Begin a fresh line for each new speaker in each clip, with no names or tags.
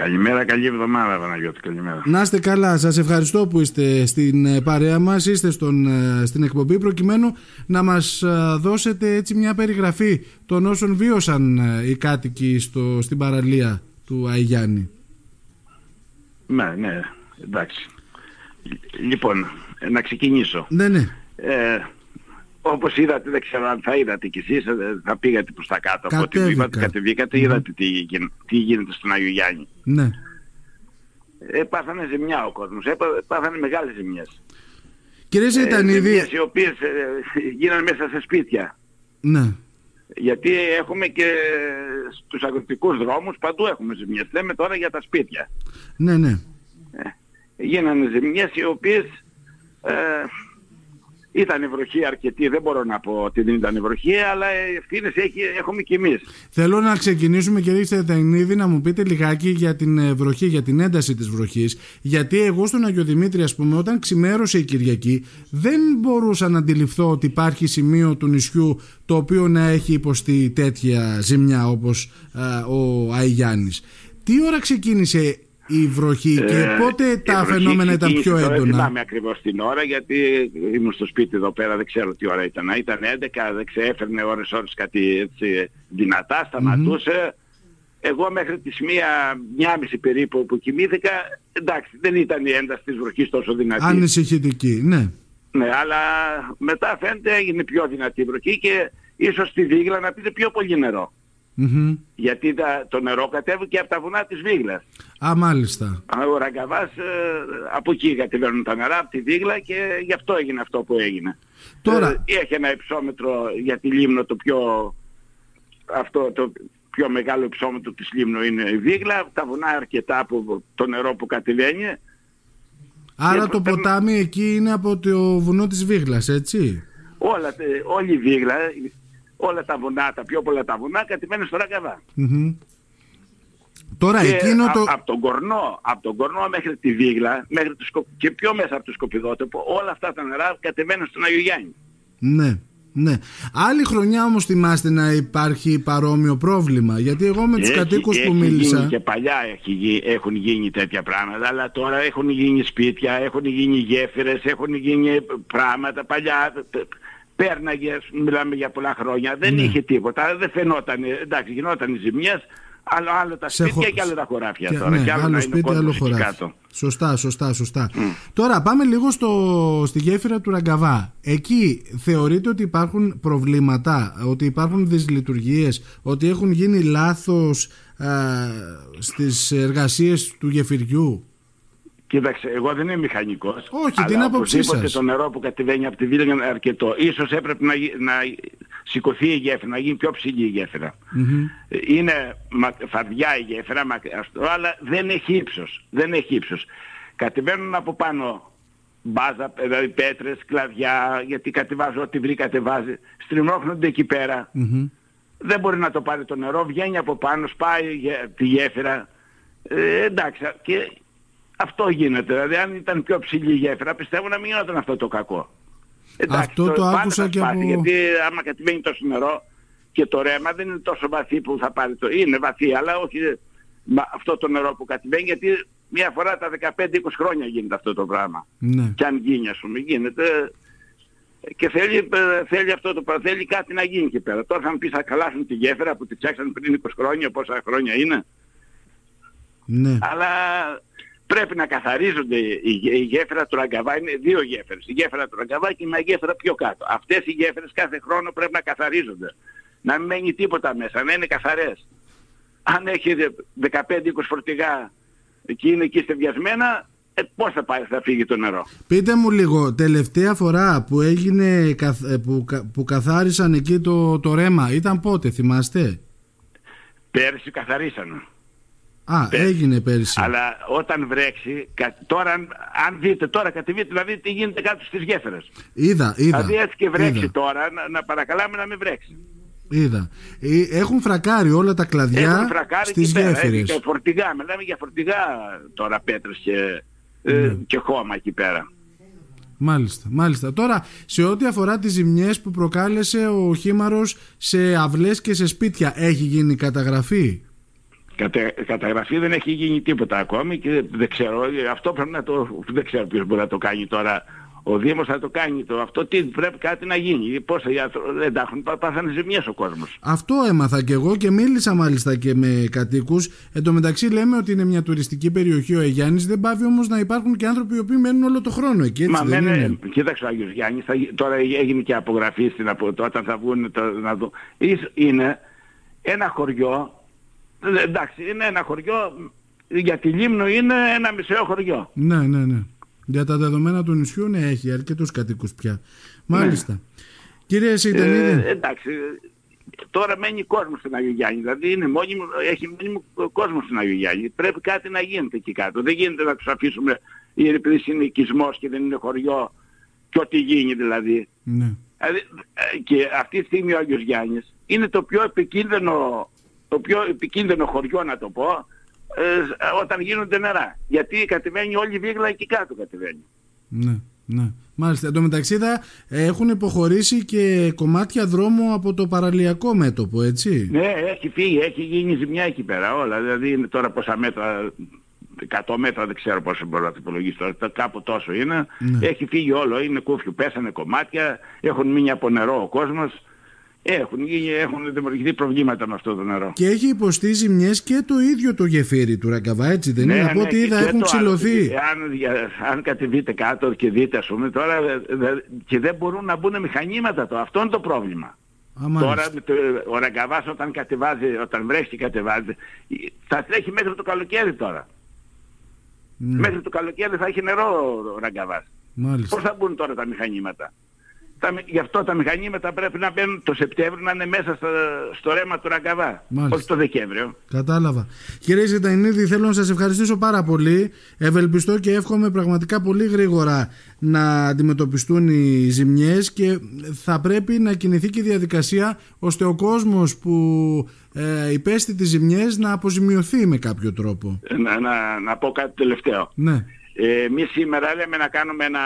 Καλημέρα, καλή εβδομάδα Παναγιώτη, καλημέρα.
Να είστε καλά, σας ευχαριστώ που είστε στην ε, παρέα μας, είστε στον, ε, στην εκπομπή προκειμένου να μας ε, δώσετε έτσι μια περιγραφή των όσων βίωσαν ε, οι κάτοικοι στο, στην παραλία του Αϊγιάννη.
Ναι, ναι, εντάξει. Λοιπόν, να ξεκινήσω.
Ναι, ναι.
Ε, όπως είδατε, δεν ξέρω αν θα είδατε κι εσείς, ε, θα πήγατε προς τα κάτω. Από ό,τι
Κατέβηκα.
είπατε, κατεβήκατε, είδατε τι, γι- τι γίνεται στον Άγιο Γιάννη.
ναι.
Ε, πάθανε ζημιά ο κόσμος, ε, πα- πάθανε μεγάλες ζημιές. Ε,
Κύριε Ζητανίδη,
ζημιές οι οποίες ε, γίνανε μέσα σε σπίτια.
ναι.
Γιατί έχουμε και στους αγροτικούς δρόμους, παντού έχουμε ζημιές. Λέμε τώρα για τα σπίτια.
ναι, ναι,
γίνανε ζημιές οι οποίες ε, ήταν βροχή αρκετή, δεν μπορώ να πω ότι δεν ήταν βροχή, αλλά ευθύνες έχει, έχουμε κι εμείς.
Θέλω να ξεκινήσουμε κύριε Ζητανίδη να μου πείτε λιγάκι για την ε, βροχή, για την ένταση της βροχής. Γιατί εγώ στον Αγιο Δημήτρη ας πούμε όταν ξημέρωσε η Κυριακή δεν μπορούσα να αντιληφθώ ότι υπάρχει σημείο του νησιού το οποίο να έχει υποστεί τέτοια ζημιά όπως ε, ο Αϊγιάννης. Τι ώρα ξεκίνησε η βροχή και
Ε,
πότε
η
τα
βροχή
φαινόμενα ήταν
ξεκίνησε,
πιο
τώρα Δεν
έντονα.
θυμάμαι ακριβώς την ώρα γιατί ήμουν στο σπίτι εδώ πέρα, δεν ξέρω τι ώρα ήταν. Ήταν 11, δεν ξέρω, έφερνε ώρες ώρες κάτι έτσι δυνατά, σταματούσε. Εγώ μέχρι τις μία, μία μισή περίπου που κοιμήθηκα, εντάξει, δεν ήταν η ένταση της βροχής τόσο δυνατή.
Ανησυχητική, ναι.
Ναι, αλλά μετά φαίνεται έγινε πιο δυνατή η βροχή και ίσως στη Βίγλα να πείτε πιο πολύ νερό.
Μμμ.
Γιατί τα- το νερό κατέβηκε από τα βουνά της Βίγλας.
Α, μάλιστα.
Α, Ο Ραγκαβάς ε, από εκεί κατεβαίνουν τα νερά, από τη Βίγλα και γι' αυτό έγινε αυτό που έγινε.
Τώρα-
Ε, έχει ένα υψόμετρο για τη Λίμνο το πιο... Αυτό το πιο μεγάλο υψόμετρο της Λίμνου είναι η Βίγλα, τα βουνά αρκετά που το νερό που κατεβαίνει.
Άρα
και
το
πρέπει-
ποτάμι εκεί είναι από το βουνό της Βίγλας, έτσι.
Όλα, τε- όλη η Βίγλα, ε, όλα τα βουνά, τα πιο πολλά τα βουνά κατεβαίνουν στο Ραγκαβά.
Μμμ. Τώρα
Και
εκείνο το.
από τον Κορνό, από τον Κορνό μέχρι τη Βίγλα μέχρι το Σκο- και πιο μέσα από το Σκοπιδότοπο, όλα αυτά τα νερά κατεβαίνουν στον Άγιο Γιάννη.
Ναι, ναι. Άλλη χρονιά όμως θυμάστε να υπάρχει παρόμοιο πρόβλημα. Γιατί εγώ με τους
Έχει-
κατοίκους
έχει
που
γίνει
μίλησα.
Και παλιά έχει γι- έχουν γίνει τέτοια πράγματα, αλλά τώρα έχουν γίνει σπίτια, έχουν γίνει γέφυρες, έχουν γίνει πράγματα. Παλιά π- π- πέρναγες, μιλάμε για πολλά χρόνια,
Ναι.
δεν είχε τίποτα, δεν φαινόταν. Εντάξει, γινόταν οι ζημιές, άλλο, άλλο τα
σε
σπίτια
χω-
και άλλο τα χωράφια
και-
τώρα.
ναι,
και άλλο, να είναι ο
σπίτι,
κόσμος
άλλο
εκεί
χωράφι.
κάτω.
Σωστά, σωστά, σωστά. Τώρα πάμε λίγο στο, στη γέφυρα του Ραγκαβά. Εκεί θεωρείτε ότι υπάρχουν προβλήματα, ότι υπάρχουν δυσλειτουργίες, ότι έχουν γίνει λάθος α, στις εργασίες του γεφυριού.
Κοίταξε, εγώ δεν είμαι μηχανικός.
Όχι,
αλλά
την άποψή
οπωσδήποτε
σας.
το νερό που κατεβαίνει από τη βίλα είναι αρκετό. Ίσως έπρεπε να, γι- να σηκωθεί η γέφυρα, να γίνει πιο ψηλή η γέφυρα. Ε, Είναι μα- φαρδιά η γέφυρα, μα- αυτό, αλλά δεν έχει ύψος. Δεν έχει ύψος. Κατεβαίνουν από πάνω μπάζα, δηλαδή πέτρες, κλαδιά, γιατί κατεβάζω ό,τι βρει κατεβάζει. Στριμώχνονται εκεί πέρα. Δεν μπορεί να το πάρει το νερό, βγαίνει από πάνω, σπάει γε- τη γέφυρα. Ε, εντάξει, και αυτό γίνεται. Δηλαδή, αν ήταν πιο ψηλή η γέφυρα, πιστεύω να μην γινόταν αυτό το κακό.
Αυτό το
πάντα
άκουσα
θα
και
σπάσει,
από-
Γιατί άμα κατεβαίνει τόσο νερό και το ρέμα δεν είναι τόσο βαθύ που θα πάρει το... Είναι βαθύ, αλλά όχι μα- αυτό το νερό που κατεβαίνει, γιατί μια φορά τα 15-20 χρόνια γίνεται αυτό το πράγμα.
Ναι.
Και αν γίνει, ας πούμε, γίνεται. Και θέλει, ε, θέλει αυτό το πράγμα, θέλει κάτι να γίνει εκεί πέρα. Τώρα θα μου πεις θα καλάσουν τη γέφυρα που τη φτιάξαν πριν 20 χρόνια, πόσα χρόνια είναι.
ναι.
Αλλά πρέπει να καθαρίζονται η, γε- η γέφυρα του Ραγκαβά. Είναι δύο γέφυρες. Η γέφυρα του Ραγκαβά και μια γέφυρα πιο κάτω. Αυτές οι γέφυρες κάθε χρόνο πρέπει να καθαρίζονται. Να μην μένει τίποτα μέσα, να είναι καθαρές. Αν έχει 15-20 φορτηγά και είναι εκεί στεβιασμένα, ε, πώς θα, πάει, θα φύγει το νερό.
Πείτε μου λίγο, τελευταία φορά που έγινε, καθ- ε, που, κα- που καθάρισαν εκεί το, το ρέμα, ήταν πότε, θυμάστε?
Πέρσι καθαρίσανε.
Α,
Πέρσι.
έγινε πέρσι.
Αλλά όταν βρέξει, κα- τώρα, αν- αν δείτε, τώρα κατεβείτε, δηλαδή τι γίνεται κάτω στις γέφυρες.
Είδα, είδα.
Δηλαδή έτσι και βρέξει
είδα,
τώρα, να, να παρακαλάμε να μην βρέξει.
είδα. Ε, Έχουν φρακάρει όλα τα κλαδιά
Έχουν φρακάρει
στις
εκεί πέρα, έτσι,
γέφυρες.
Και φορτηγά, μιλάμε για φορτηγά τώρα πέτρες και, ε,
Ναι.
και χώμα εκεί πέρα.
Μάλιστα, μάλιστα. Τώρα, σε ό,τι αφορά τις ζημιές που προκάλεσε ο χήμαρος σε αυλές και σε σπίτια, έχει γίνει καταγραφή.
Κατε, καταγραφή δεν έχει γίνει τίποτα ακόμη και δεν ξέρω, αυτό πρέπει να το, δεν ξέρω ποιος μπορεί να το κάνει τώρα. Ο Δήμος θα το κάνει το αυτό, τι πρέπει κάτι να γίνει, πόσα γιατρο, δεν τα έχουν, πά, πάθανε ζημιές ο κόσμος.
Αυτό έμαθα και εγώ και μίλησα μάλιστα και με κατοίκους. Εν τω μεταξύ λέμε ότι είναι μια τουριστική περιοχή ο Αγιάννης, δεν πάβει όμως να υπάρχουν και άνθρωποι οι οποίοι μένουν όλο το χρόνο εκεί, έτσι
Μα
δεν
μένε-
είναι.
κοίταξε ο Άγιος Γιάννης, θα, γι- τώρα ε, έγινε και απογραφή στην απο, το- όταν θα βγουν το, να δω. Ίσ- Είναι ένα χωριό, ε, εντάξει, είναι ένα χωριό, για τη Λίμνο είναι ένα μισό χωριό.
Ναι, ναι, ναι. Για τα δεδομένα του νησιού, ναι, έχει αρκετούς κατοίκους πια. Μάλιστα. Κύριε Σιτανίδη,
Ναι. Ε, εντάξει, τώρα μένει κόσμος στην Αγίου Γιάννη, δηλαδή είναι μόνιμο, έχει μόνιμο κόσμο στην Αγίου Γιάννη. Πρέπει κάτι να γίνεται εκεί κάτω. Δεν γίνεται να τους αφήσουμε ή επειδή είναι οικισμός και δεν είναι χωριό και ό,τι γίνει δηλαδή.
ναι.
Δηλαδή, ε, και αυτή τη στιγμή ο Άγιος Γιάννης είναι το πιο επικίνδυνο, το πιο επικίνδυνο χωριό να το πω ε, σ- όταν γίνονται νερά. Γιατί κατεβαίνει όλη η βίγλα εκεί κάτω κατεβαίνει.
Ναι, ναι. Μάλιστα. Εν τω μεταξύ είδα, ε, έχουν υποχωρήσει και κομμάτια δρόμου από το παραλιακό μέτωπο, έτσι.
Ναι, έχει φύγει, έχει γίνει ζημιά εκεί πέρα όλα. Δηλαδή είναι τώρα πόσα μέτρα, 100 μέτρα δεν ξέρω πόσο μπορώ να το υπολογίσω τώρα, τα- κάπου τόσο είναι.
Ναι.
Έχει φύγει όλο, είναι κούφιο, πέσανε κομμάτια, έχουν μείνει από νερό ο κόσμος. Έχουν, γίνει, έχουν δημιουργηθεί προβλήματα με αυτό το νερό.
Και έχει υποστεί ζημιές και το ίδιο το γεφύρι του Ρακαβά, έτσι δεν είναι. από ό,τι
Ναι, και-
είδα
και
έχουν
το άλλο.
ξυλωθεί.
Αν, για- αν κατεβείτε κάτω και δείτε, ας πούμε, τώρα ε, δε- δε- και δεν μπορούν να μπουν μηχανήματα το. Αυτό είναι το πρόβλημα.
Α, μάλιστα.
Τώρα με το, ο Ραγκαβάς όταν κατεβάζει, όταν βρέχει και κατεβάζει, θα τρέχει μέχρι το καλοκαίρι τώρα.
Ναι,
Μέχρι το καλοκαίρι θα έχει νερό ο Ραγκαβάς.
μάλιστα.
Πώς θα μπουν τώρα τα μηχανήματα. Τα, μη- γι' αυτό τα μηχανήματα πρέπει να μπαίνουν το Σεπτέμβριο να είναι μέσα στο, στο ρέμα του Ραγκαβά.
Μάλιστα.
Όχι το Δεκέμβριο.
Κατάλαβα. Κύριε Ζητανίδη, θέλω να σας ευχαριστήσω πάρα πολύ. Ευελπιστώ και εύχομαι πραγματικά πολύ γρήγορα να αντιμετωπιστούν οι ζημιές και θα πρέπει να κινηθεί και η διαδικασία ώστε ο κόσμος που ε, υπέστη τις ζημιές να αποζημιωθεί με κάποιο τρόπο.
Να, να, να πω κάτι τελευταίο.
Ναι.
Ε, Εμείς σήμερα λέμε να κάνουμε ένα,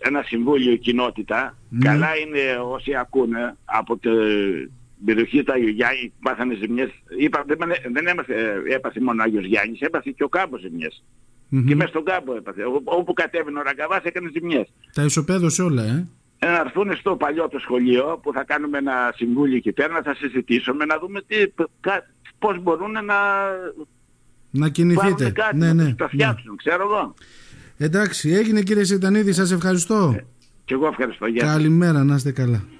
ένα συμβούλιο η κοινότητα.
Ναι.
Καλά είναι όσοι ακούνε από την περιοχή του Άγιου Γιάννη που πάθανε ζημιές. Είπα, δεν, δεν έπαθε, έπαθε μόνο ο Άγιος Γιάννης, έπαθε και ο κάμπος ζημιές.
Μμμ.
Και μέσα στον κάμπο έπαθε. Ό- όπου κατέβαινε ο Ραγκαβάς έκανε ζημιές.
Τα ισοπαίδωσε όλα, ε.
Ε, Να έρθουν στο παλιό το σχολείο που θα κάνουμε ένα συμβούλιο εκεί πέρα, να θα συζητήσουμε, να δούμε τι, κα- πώς μπορούν να
Να κινηθείτε.
πάρουν κάτι,
ναι,
να
ναι.
τους τα
ναι.
φτιάξουν, ξέρω εγώ.
Εντάξει, έγινε κύριε Ζητανίδη, σας ευχαριστώ.
Και εγώ ευχαριστώ. Ε, Γεια σας.
Καλημέρα, να είστε καλά.